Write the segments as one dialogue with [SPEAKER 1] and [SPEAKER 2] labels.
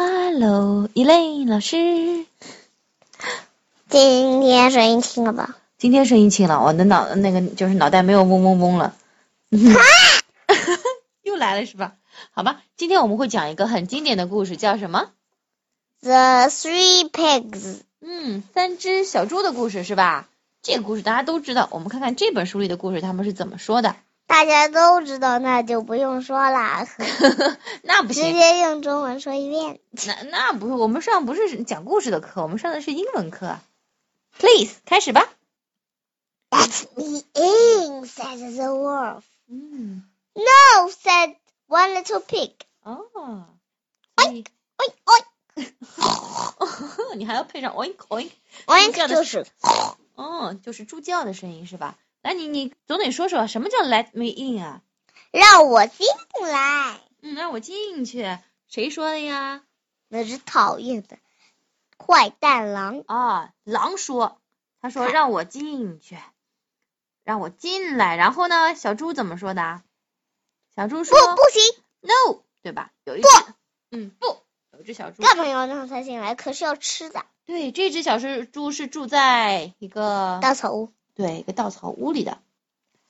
[SPEAKER 1] Hello，一类老师，
[SPEAKER 2] 今天声音轻了吧？
[SPEAKER 1] 今天声音轻了，我的脑那个就是脑袋没有嗡嗡嗡了。 又来了是吧？好吧，今天我们会讲一个很经典的故事，叫什么？
[SPEAKER 2] The three pigs.
[SPEAKER 1] 嗯，三只小猪的故事是吧？这个故事大家都知道，我们看看这本书里的故事他们是怎么说的。
[SPEAKER 2] 大家都知道，那就不用说了，
[SPEAKER 1] 那不
[SPEAKER 2] 直
[SPEAKER 1] 行，
[SPEAKER 2] 接用中文说一遍。
[SPEAKER 1] 那那不是我们上不是讲故事的课，我们上的是英文课。Please 开始吧。
[SPEAKER 2] That's me in, said the wolf.
[SPEAKER 1] 嗯，
[SPEAKER 2] No, said one little pig.
[SPEAKER 1] 哦，
[SPEAKER 2] 哎
[SPEAKER 1] 所以
[SPEAKER 2] Oink, oink,
[SPEAKER 1] 你还要配上 oink oink。这
[SPEAKER 2] oink
[SPEAKER 1] 样的
[SPEAKER 2] 就是
[SPEAKER 1] 哦，就是猪叫的声音是吧？那你你总得说说什么叫 let me in 啊？
[SPEAKER 2] 让我进来。
[SPEAKER 1] 嗯，让我进去，谁说的呀？
[SPEAKER 2] 那只讨厌的坏蛋狼。
[SPEAKER 1] 啊，狼说，他说
[SPEAKER 2] 看
[SPEAKER 1] 让我进去，让我进来。然后呢，小猪怎么说的啊？小猪
[SPEAKER 2] 不，
[SPEAKER 1] 说
[SPEAKER 2] 不行，
[SPEAKER 1] no，对吧？有一只，嗯，不，有一只小猪。
[SPEAKER 2] 干嘛要让他进来？可是要吃的
[SPEAKER 1] 对，这只小是猪是住在一个
[SPEAKER 2] 稻草屋。
[SPEAKER 1] 对一个稻草屋里的。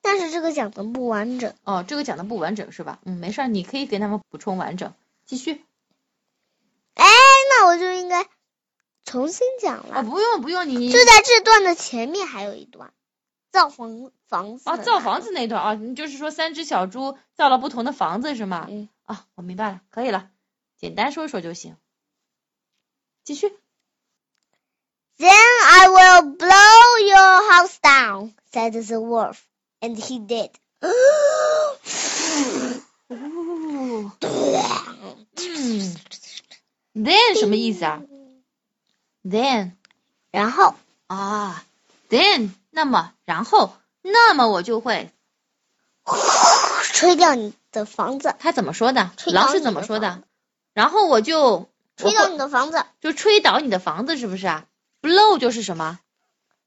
[SPEAKER 2] 但是这个讲的不完整。
[SPEAKER 1] 哦，这个讲的不完整是吧？嗯，没事儿，你可以给他们补充完整，继续。
[SPEAKER 2] 那我就应该重新讲
[SPEAKER 1] 啊，
[SPEAKER 2] 了。
[SPEAKER 1] 不用不用，你你
[SPEAKER 2] 就在这段的前面还有一段，造房房子
[SPEAKER 1] 哦，
[SPEAKER 2] 的
[SPEAKER 1] 造
[SPEAKER 2] 那
[SPEAKER 1] 房
[SPEAKER 2] 个
[SPEAKER 1] 子那段啊，你就是说三只小猪造了不同的房子是吗？
[SPEAKER 2] 嗯
[SPEAKER 1] 啊，我明白了，可以了，简单说说就行。继续
[SPEAKER 2] Then I will blow your house down," said the wolf, and he did.
[SPEAKER 1] 哦，嗯，then 什么意思啊？then
[SPEAKER 2] 然后
[SPEAKER 1] 啊，then 那么然后那么我就会，
[SPEAKER 2] 吹掉你的房子，
[SPEAKER 1] 他怎么说的？
[SPEAKER 2] 吹
[SPEAKER 1] 狼
[SPEAKER 2] 倒
[SPEAKER 1] 是
[SPEAKER 2] 你
[SPEAKER 1] 怎
[SPEAKER 2] 的
[SPEAKER 1] 么说
[SPEAKER 2] 房
[SPEAKER 1] 的？然后我就
[SPEAKER 2] 吹
[SPEAKER 1] 我
[SPEAKER 2] 掉
[SPEAKER 1] 会
[SPEAKER 2] 你的房子，
[SPEAKER 1] 就吹倒你的房子是不是啊？blow 就是什么？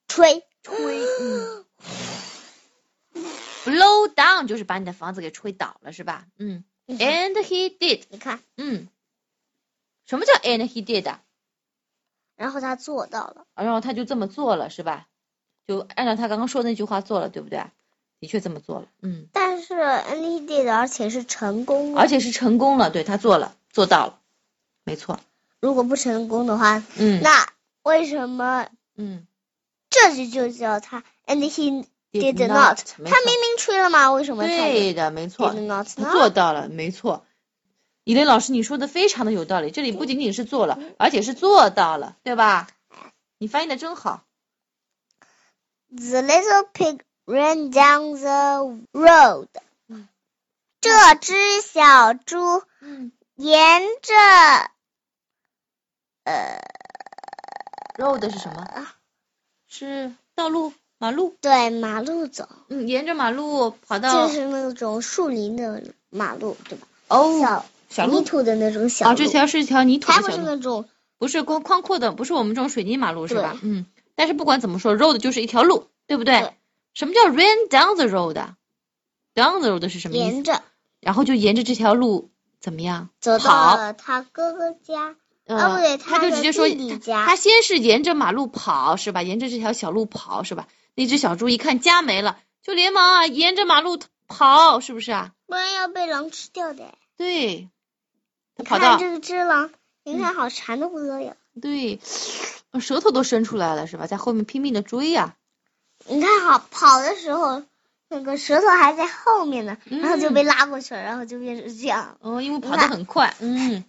[SPEAKER 2] 吹
[SPEAKER 1] 吹，
[SPEAKER 2] 啊
[SPEAKER 1] 嗯，blow down 就是把你的房子给吹倒了，是吧？嗯
[SPEAKER 2] 你看
[SPEAKER 1] ，and he did，
[SPEAKER 2] 你看，
[SPEAKER 1] 嗯，什么叫 and he did 啊？
[SPEAKER 2] 然后他做到了。
[SPEAKER 1] 然后他就这么做了，是吧？就按照他刚刚说的那句话做了，对不对？的确这么做了，嗯，
[SPEAKER 2] 但是 N E D 的，而且是成功
[SPEAKER 1] 而
[SPEAKER 2] 的。
[SPEAKER 1] 且是成功了，对他做了，做到了，没错，
[SPEAKER 2] 如果不成功的话，
[SPEAKER 1] 嗯
[SPEAKER 2] 那为什么
[SPEAKER 1] 嗯
[SPEAKER 2] 这句就叫他 and he did not，
[SPEAKER 1] not，没
[SPEAKER 2] 他
[SPEAKER 1] 错
[SPEAKER 2] 明明吹了嘛，为什么他就
[SPEAKER 1] 对的，没错
[SPEAKER 2] did，not
[SPEAKER 1] 他
[SPEAKER 2] 呢？
[SPEAKER 1] 做到了，没错。以琳老师，你说的非常的有道理，这里不仅仅是做了，而且是做到了，对吧？你翻译的真好。
[SPEAKER 2] The little pig ran down the road。这只小猪
[SPEAKER 1] 嗯，
[SPEAKER 2] 沿着
[SPEAKER 1] road 是什么？是道路、马路。
[SPEAKER 2] 对马路走，
[SPEAKER 1] 嗯，沿着马路跑
[SPEAKER 2] 就
[SPEAKER 1] 到
[SPEAKER 2] 是那种树林的马路，对吧？
[SPEAKER 1] 哦，
[SPEAKER 2] 小
[SPEAKER 1] 小
[SPEAKER 2] 泥
[SPEAKER 1] 路
[SPEAKER 2] 土的那种小
[SPEAKER 1] 啊，
[SPEAKER 2] 路
[SPEAKER 1] 这，条是一条泥土
[SPEAKER 2] 才
[SPEAKER 1] 的
[SPEAKER 2] 不
[SPEAKER 1] 小
[SPEAKER 2] 是
[SPEAKER 1] 路，
[SPEAKER 2] 那种
[SPEAKER 1] 不是宽宽阔的，不是我们这种水泥马路是吧？嗯，但是不管怎么说，road 就是一条路，对不对？
[SPEAKER 2] 对
[SPEAKER 1] 什么叫 ran down the road？down 啊 Down the road 是什么意思？
[SPEAKER 2] 沿着
[SPEAKER 1] 然后就沿着这条路怎么样？
[SPEAKER 2] 走到
[SPEAKER 1] 跑
[SPEAKER 2] 了他哥哥家。
[SPEAKER 1] 呃，
[SPEAKER 2] 啊不对
[SPEAKER 1] 他
[SPEAKER 2] 他
[SPEAKER 1] 就
[SPEAKER 2] 的
[SPEAKER 1] 直接说
[SPEAKER 2] 弟弟
[SPEAKER 1] 他，
[SPEAKER 2] 家
[SPEAKER 1] 他先是沿着马路跑是吧？沿着这条小路跑是吧？那只小猪一看家没了，就连忙啊沿着马路跑，是不是啊？
[SPEAKER 2] 不然要被狼吃掉的。
[SPEAKER 1] 对，
[SPEAKER 2] 你
[SPEAKER 1] 他跑嗯
[SPEAKER 2] 看
[SPEAKER 1] 到
[SPEAKER 2] 这个只狼，你看好馋的不得了。
[SPEAKER 1] 对，哦舌头都伸出来了是吧？在后面拼命的追啊呀、
[SPEAKER 2] 你看好跑的时候，那个舌头还在后面呢，然后就被拉过去了，然后就变成这样。
[SPEAKER 1] 嗯，因为跑
[SPEAKER 2] 你
[SPEAKER 1] 得
[SPEAKER 2] 看
[SPEAKER 1] 很快，嗯，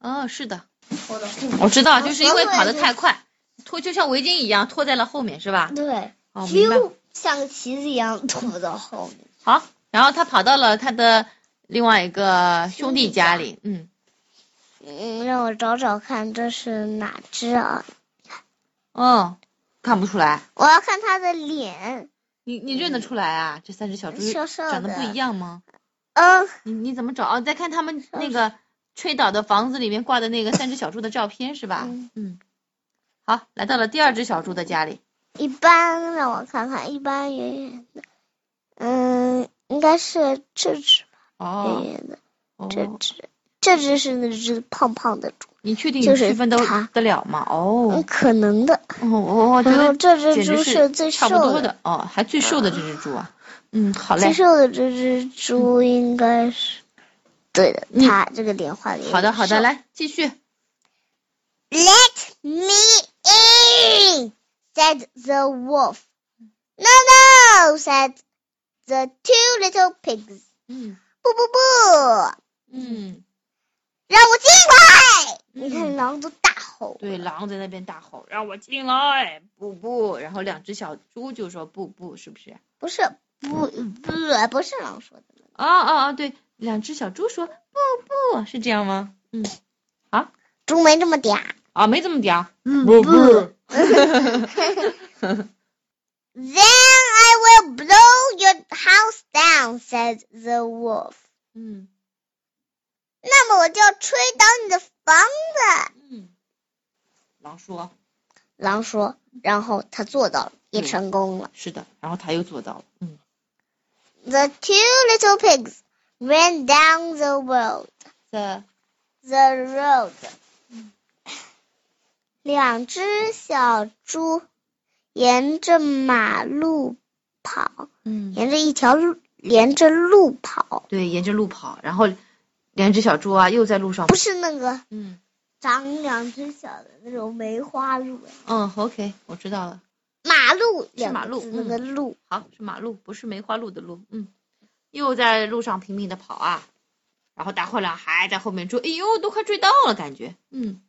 [SPEAKER 1] 哦，是的，哦
[SPEAKER 2] 我的
[SPEAKER 1] 我知道，就是因为
[SPEAKER 2] 舌头
[SPEAKER 1] 跑得
[SPEAKER 2] 也是
[SPEAKER 1] 太快，拖就像围巾一样拖在了后面是吧？
[SPEAKER 2] 对，
[SPEAKER 1] 哦，明白。
[SPEAKER 2] 就像个旗子一样拖到后面。
[SPEAKER 1] 好，然后他跑到了他的另外一个兄弟家里，嗯。
[SPEAKER 2] 嗯，让我找找看这是哪只啊？
[SPEAKER 1] 嗯，看不出来，
[SPEAKER 2] 我要看它的脸。
[SPEAKER 1] 你你认得出来啊？这三只小猪
[SPEAKER 2] 瘦瘦
[SPEAKER 1] 长得不
[SPEAKER 2] 嗯的
[SPEAKER 1] 一样吗？
[SPEAKER 2] 嗯，
[SPEAKER 1] 你你怎么找？哦，再看他们那个吹倒的房子里面挂的那个三只小猪的照片是吧？
[SPEAKER 2] 嗯
[SPEAKER 1] 嗯，好，来到了第二只小猪的家里。
[SPEAKER 2] 一般让我看看，一般圆圆的。嗯，应该是这只吧，圆
[SPEAKER 1] 哦
[SPEAKER 2] 圆的
[SPEAKER 1] 哦，
[SPEAKER 2] 这只。这只是那只胖胖的猪，
[SPEAKER 1] 你确定
[SPEAKER 2] 就
[SPEAKER 1] 你
[SPEAKER 2] 是
[SPEAKER 1] 区分得
[SPEAKER 2] 它
[SPEAKER 1] 得了吗？
[SPEAKER 2] 嗯
[SPEAKER 1] 哦，
[SPEAKER 2] 可能的。
[SPEAKER 1] 哦我我觉
[SPEAKER 2] 然后
[SPEAKER 1] 得
[SPEAKER 2] 这只
[SPEAKER 1] 简
[SPEAKER 2] 猪
[SPEAKER 1] 直
[SPEAKER 2] 是最
[SPEAKER 1] 差
[SPEAKER 2] 瘦
[SPEAKER 1] 不多
[SPEAKER 2] 的，
[SPEAKER 1] 的哦，还最瘦的这只猪啊。嗯，好
[SPEAKER 2] 最
[SPEAKER 1] 嘞，
[SPEAKER 2] 瘦的这只猪应该是对的，
[SPEAKER 1] 嗯
[SPEAKER 2] 它这个莲花里
[SPEAKER 1] 好的好的，来继续。
[SPEAKER 2] Let me in," said the wolf. "No, no," said the two little pigs.
[SPEAKER 1] 嗯
[SPEAKER 2] 不不不，
[SPEAKER 1] 嗯，
[SPEAKER 2] 让我进来！
[SPEAKER 1] 嗯
[SPEAKER 2] 你看狼都大吼，
[SPEAKER 1] 对，狼在那边大吼：“让我进来！”不不，然后两只小猪就说：“不不，是不是？”
[SPEAKER 2] 不是不不不是狼说的，
[SPEAKER 1] 啊啊啊！对，两只小猪说：“不不，是这样吗？”嗯，
[SPEAKER 2] 猪没这么嗲。
[SPEAKER 1] 啊，没这么嗲。
[SPEAKER 2] 嗯
[SPEAKER 1] 不不。
[SPEAKER 2] Then I will blow your house down," said the wolf.
[SPEAKER 1] 嗯
[SPEAKER 2] 那么我就要吹倒你的房子。
[SPEAKER 1] 嗯，狼说
[SPEAKER 2] 狼说，然后他做到了，也
[SPEAKER 1] 嗯
[SPEAKER 2] 成功了。：“
[SPEAKER 1] 是的。”然后他又做到了。嗯
[SPEAKER 2] The two little pigs ran down the road.
[SPEAKER 1] ，the
[SPEAKER 2] The road. 两只小猪沿着马路跑，
[SPEAKER 1] 嗯，
[SPEAKER 2] 沿着一条路，沿着路跑，
[SPEAKER 1] 对，沿着路跑，然后两只小猪啊又在路上
[SPEAKER 2] 不。是那个
[SPEAKER 1] 嗯
[SPEAKER 2] 长两只小的那种梅花鹿，啊
[SPEAKER 1] 嗯，OK，我知道了。
[SPEAKER 2] 马路
[SPEAKER 1] 是马
[SPEAKER 2] 两个
[SPEAKER 1] 路嗯
[SPEAKER 2] 字那个路。
[SPEAKER 1] 好，是马路，不是梅花鹿的路。嗯，又在路上拼命的跑啊，然后大灰狼还在后面追，哎呦，都快追到了，感觉。嗯，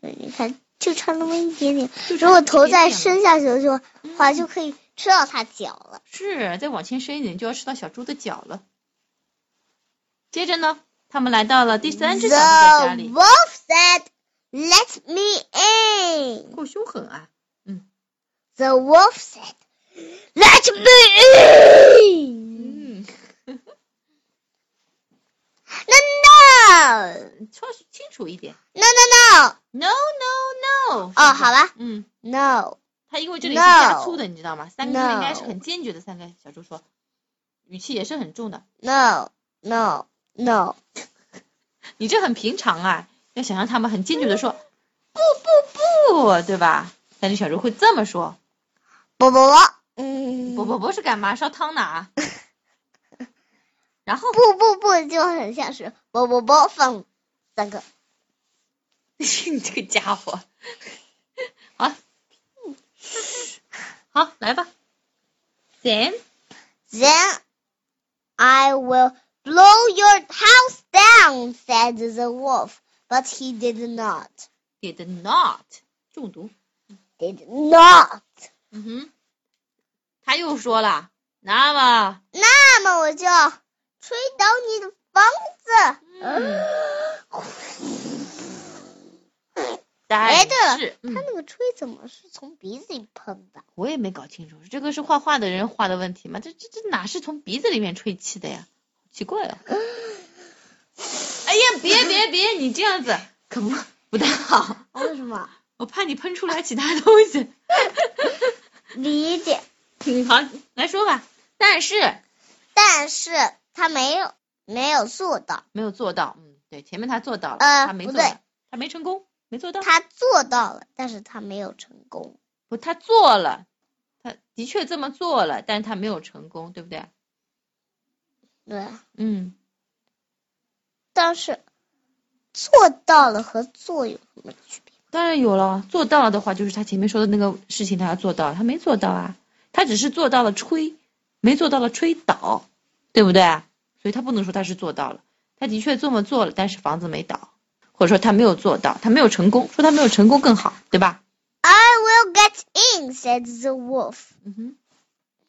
[SPEAKER 2] 对，你看，就差那么一点点。
[SPEAKER 1] 就
[SPEAKER 2] 如果
[SPEAKER 1] 差
[SPEAKER 2] 头
[SPEAKER 1] 一点
[SPEAKER 2] 再
[SPEAKER 1] 点了
[SPEAKER 2] 伸下去的话，
[SPEAKER 1] 嗯
[SPEAKER 2] 就可以吃到它脚了。
[SPEAKER 1] 是，再往前伸一点就要吃到小猪的脚了。接着呢，他们来到了第三只小猪的家
[SPEAKER 2] The
[SPEAKER 1] 里，
[SPEAKER 2] wolf said, "Let me in."
[SPEAKER 1] 够凶狠啊！
[SPEAKER 2] The wolf said, "Let me in."
[SPEAKER 1] 嗯，
[SPEAKER 2] No,
[SPEAKER 1] 说嗯清楚一点。
[SPEAKER 2] no, no, no.
[SPEAKER 1] No no no。
[SPEAKER 2] 哦，好。吧
[SPEAKER 1] 嗯，
[SPEAKER 2] ，No,
[SPEAKER 1] 他因为这里是加粗的，你知道吗？三个字
[SPEAKER 2] No
[SPEAKER 1] 应该是很坚决的。三个小猪说，语气也是很重的。
[SPEAKER 2] no, no, no.
[SPEAKER 1] 你这很平常啊，要想让他们很坚决的说，不不不，对吧？三只小猪会这么说。
[SPEAKER 2] 不不不，嗯，
[SPEAKER 1] 不不不是干嘛？烧汤 呢啊？然后
[SPEAKER 2] 不不不，就很像是不不不放三个。
[SPEAKER 1] 你这个家伙，好，好，来吧。Then
[SPEAKER 2] Then I will blow your house down, said the wolf. But he did not.
[SPEAKER 1] did not 中毒。
[SPEAKER 2] Did not.
[SPEAKER 1] 嗯哼，他又说了，那么，
[SPEAKER 2] 那么我就吹倒你的房子。
[SPEAKER 1] 嗯，
[SPEAKER 2] 哎
[SPEAKER 1] 但
[SPEAKER 2] 对了
[SPEAKER 1] 是，
[SPEAKER 2] 他
[SPEAKER 1] 嗯，
[SPEAKER 2] 那个吹怎么是从鼻子里喷的？
[SPEAKER 1] 我也没搞清楚，这个是画画的人画的问题吗？这这这哪是从鼻子里面吹气的呀？奇怪哦。哎呀，别别别，你这样子可不不太好。
[SPEAKER 2] 为什么？
[SPEAKER 1] 我怕你喷出来其他东 西。
[SPEAKER 2] 理解，
[SPEAKER 1] 嗯，好，来说吧。但是
[SPEAKER 2] 但是他没有没有做到，
[SPEAKER 1] 没有做到，嗯，对，前面他做到了，
[SPEAKER 2] 呃
[SPEAKER 1] 他没
[SPEAKER 2] 不
[SPEAKER 1] 做
[SPEAKER 2] 对
[SPEAKER 1] 到，他没成功，没做到，
[SPEAKER 2] 他做到了，但是他没有成功。
[SPEAKER 1] 不，他做了，他的确这么做了，但是他没有成功，对不对？
[SPEAKER 2] 对，
[SPEAKER 1] 嗯，
[SPEAKER 2] 但是做到了和做有什么区别？
[SPEAKER 1] 当然有了，做到了的话，就是他前面说的那个事情，他要做到，他没做到啊，他只是做到了吹，没做到了吹倒，对不对？啊所以他不能说他是做到了，他的确这么做了，但是房子没倒，或者说他没有做到，他没有成功，说他没有成功更好，对吧？
[SPEAKER 2] I will get in, said the wolf.
[SPEAKER 1] 嗯哼，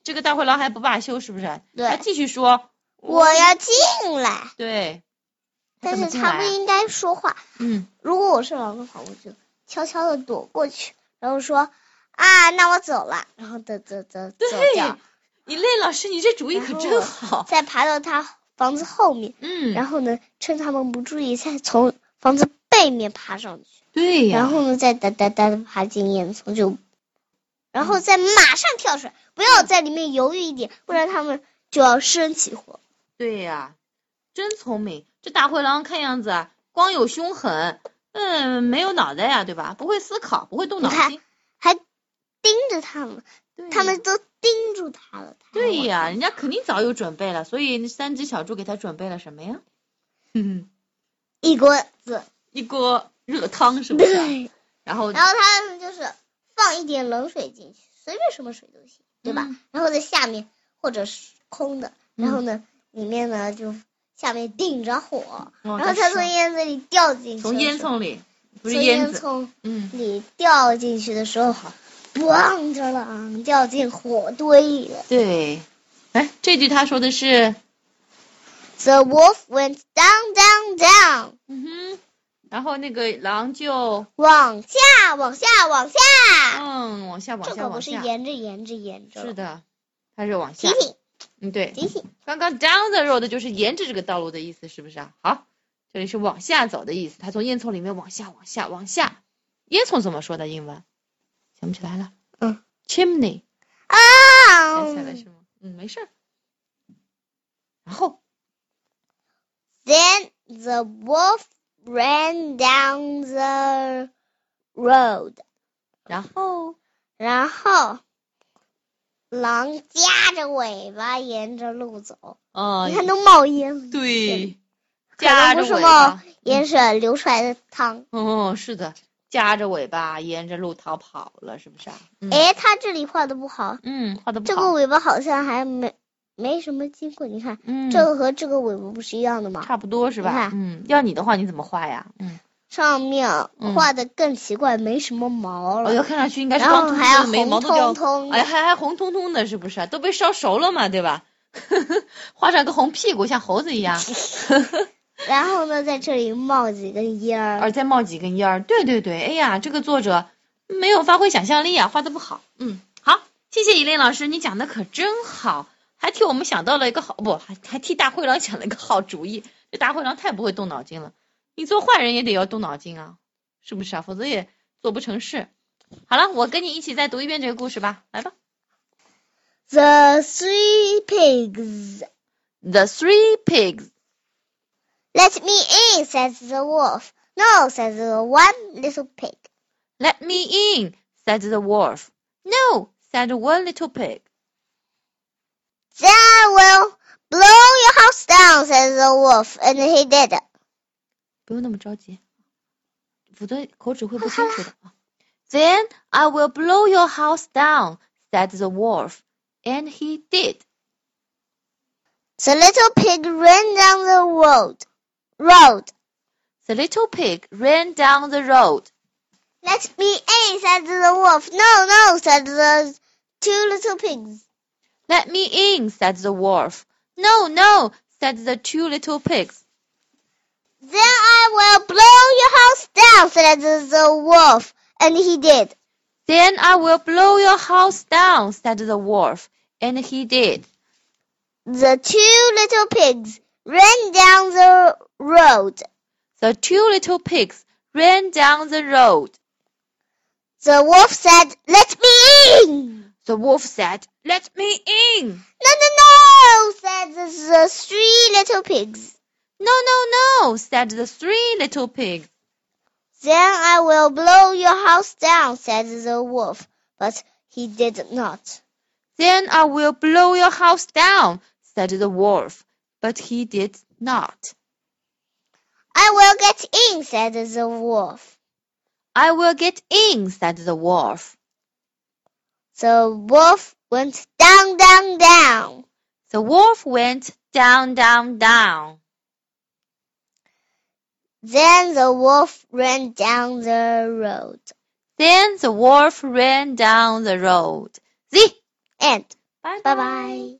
[SPEAKER 1] 这个大灰狼还不罢休，是不是？
[SPEAKER 2] 对
[SPEAKER 1] 他继续说，
[SPEAKER 2] 我要进来，
[SPEAKER 1] 对，
[SPEAKER 2] 但
[SPEAKER 1] 怎
[SPEAKER 2] 是
[SPEAKER 1] 么进
[SPEAKER 2] 他
[SPEAKER 1] 来
[SPEAKER 2] 不
[SPEAKER 1] 啊
[SPEAKER 2] 应该说话。
[SPEAKER 1] 嗯
[SPEAKER 2] 如果我是狼的话，我就悄悄的躲过去，然后说啊，那我走了，然后走走走走掉，
[SPEAKER 1] 你累老师，你这主意可真好。
[SPEAKER 2] 再爬到他房子后面，
[SPEAKER 1] 嗯，
[SPEAKER 2] 然后呢，趁他们不注意，再从房子背面爬上去，
[SPEAKER 1] 嗯对呀、嗯
[SPEAKER 2] 然后呢，再哒哒哒的爬进烟囱就，然后再马上跳出来，不要在里面犹豫一点，不然他们就要生起火。
[SPEAKER 1] 对呀、真聪明。这大灰狼看样子啊，光有凶狠，嗯，没有脑袋呀、对吧？不会思考，不会动脑
[SPEAKER 2] 你看
[SPEAKER 1] 筋。
[SPEAKER 2] 还盯着他们，
[SPEAKER 1] 对
[SPEAKER 2] 他
[SPEAKER 1] 呀
[SPEAKER 2] 们都盯住他了。他
[SPEAKER 1] 对
[SPEAKER 2] 我
[SPEAKER 1] 呀，人家肯定早有准备了，所以那三只小猪给他准备了什么呀？ 嗯，
[SPEAKER 2] 一锅子，
[SPEAKER 1] 一锅热汤是不是？
[SPEAKER 2] 对。
[SPEAKER 1] 然后
[SPEAKER 2] 然后他们就是放一点冷水进去，随便什么水都行，对吧？
[SPEAKER 1] 嗯
[SPEAKER 2] 然后在下面或者是空的，然后呢，里面呢就下面顶着火，
[SPEAKER 1] 哦
[SPEAKER 2] 然后他
[SPEAKER 1] 是
[SPEAKER 2] 从烟子里掉进去的时候，
[SPEAKER 1] 从烟囱里，不是
[SPEAKER 2] 从
[SPEAKER 1] 烟
[SPEAKER 2] 烟
[SPEAKER 1] 子，
[SPEAKER 2] 囱
[SPEAKER 1] 嗯，
[SPEAKER 2] 里掉进去的时候，咣着了，啊掉进火堆里了。
[SPEAKER 1] 对。哎，这句他说的是，
[SPEAKER 2] The wolf went down, down, down，
[SPEAKER 1] 嗯哼，然后那个狼就
[SPEAKER 2] 往下，往下，往下。
[SPEAKER 1] 嗯往下往
[SPEAKER 2] 啊这
[SPEAKER 1] 下
[SPEAKER 2] 个
[SPEAKER 1] 往
[SPEAKER 2] 不是
[SPEAKER 1] 下，
[SPEAKER 2] 沿着，沿着，沿着。
[SPEAKER 1] 是。的，它是往下
[SPEAKER 2] 提，醒，
[SPEAKER 1] 嗯对，
[SPEAKER 2] 提醒。
[SPEAKER 1] 刚刚 down the road 就是沿着这个道路的意思，是不是啊？好，这里是往下走的意思。他从烟囱里面往下、往下、往下。烟囱怎么说的英文？想不起来了。
[SPEAKER 2] 嗯
[SPEAKER 1] ，chimney
[SPEAKER 2] 啊
[SPEAKER 1] 想起来是吗？嗯，没事儿。然后
[SPEAKER 2] Then the wolf ran down the road，
[SPEAKER 1] 然后
[SPEAKER 2] 然后狼夹着尾巴沿着路走，
[SPEAKER 1] 嗯，
[SPEAKER 2] 你看都冒烟了，
[SPEAKER 1] 对，
[SPEAKER 2] 可能
[SPEAKER 1] 夹
[SPEAKER 2] 不
[SPEAKER 1] 着
[SPEAKER 2] 是
[SPEAKER 1] 尾
[SPEAKER 2] 冒
[SPEAKER 1] 巴。嗯
[SPEAKER 2] 烟水流出来的汤。
[SPEAKER 1] 哦，是的，夹着尾巴沿着路逃跑了，是不是啊？嗯
[SPEAKER 2] 诶，他这里画的不好，
[SPEAKER 1] 嗯，画的不
[SPEAKER 2] 这个
[SPEAKER 1] 好。
[SPEAKER 2] 尾巴好像还没没什么经过，你看
[SPEAKER 1] 嗯，
[SPEAKER 2] 这个和这个尾巴不是一样的吗？
[SPEAKER 1] 差不多是
[SPEAKER 2] 你
[SPEAKER 1] 吧
[SPEAKER 2] 看？
[SPEAKER 1] 嗯，要你的话你怎么画呀？嗯，
[SPEAKER 2] 上面
[SPEAKER 1] 嗯哦
[SPEAKER 2] 画的更奇怪，没什么毛
[SPEAKER 1] 我要
[SPEAKER 2] 了，
[SPEAKER 1] 看上去应该是
[SPEAKER 2] 然
[SPEAKER 1] 光
[SPEAKER 2] 后
[SPEAKER 1] 秃
[SPEAKER 2] 还
[SPEAKER 1] 秃
[SPEAKER 2] 要
[SPEAKER 1] 的，眉
[SPEAKER 2] 红
[SPEAKER 1] 毛都掉
[SPEAKER 2] 彤彤
[SPEAKER 1] 哎，
[SPEAKER 2] 的。
[SPEAKER 1] 还还红彤彤的，是不是啊？都被烧熟了嘛，对吧？ 画上个红屁股，像猴子一样，
[SPEAKER 2] 然后呢，在这里冒几根烟儿。
[SPEAKER 1] 而再冒几根烟儿。对对对，哎呀，这个作者没有发挥想象力啊，画的不好。嗯，好，谢谢依琳老师，你讲的可真好，还替我们想到了一个好，不，还还替大灰狼想了一个好主意。这大灰狼太不会动脑筋了，你做坏人也得要动脑筋啊，是不是啊？否则也做不成事。好了，我跟你一起再读一遍这个故事吧，来吧。
[SPEAKER 2] The three pigs.
[SPEAKER 1] The three pigs
[SPEAKER 2] Let me in, says the wolf. No, says the one little pig.
[SPEAKER 1] Let me in, said the wolf. No, said one little pig.
[SPEAKER 2] Then I will blow your house down, says the wolf. And he did.
[SPEAKER 1] 不用那么着急，否则口齿会不清楚的啊。Then I will blow your house down, said the wolf. And he did.
[SPEAKER 2] The little pig ran down the road. Road.
[SPEAKER 1] The little pig ran down the road.
[SPEAKER 2] Let me in, said the wolf. No, no, said the two little pigs.
[SPEAKER 1] Let me in, said the wolf. No, no, said the two little pigs.
[SPEAKER 2] Then I will blow your house down, said the wolf. And he did.
[SPEAKER 1] Then I will blow your house down, said the wolf. And he did.
[SPEAKER 2] The two little pigs ran down the road.
[SPEAKER 1] The two little pigs ran down the road.
[SPEAKER 2] The wolf said, Let me in!
[SPEAKER 1] The wolf said, Let me in.
[SPEAKER 2] No, no, no, said the, the three little pigs.
[SPEAKER 1] No, no, no, said the three little pigs.
[SPEAKER 2] Then I will blow your house down, said the wolf. But he did not.
[SPEAKER 1] Then I will blow your house down, said the wolf. But he did not.
[SPEAKER 2] I will get in, said the wolf.
[SPEAKER 1] I will get in, said the wolf.
[SPEAKER 2] The wolf went down, down, down.
[SPEAKER 1] The wolf went down, down, down.
[SPEAKER 2] Then the wolf ran down the road.
[SPEAKER 1] Then the wolf ran down the road. See?
[SPEAKER 2] And
[SPEAKER 1] Bye
[SPEAKER 2] bye bye.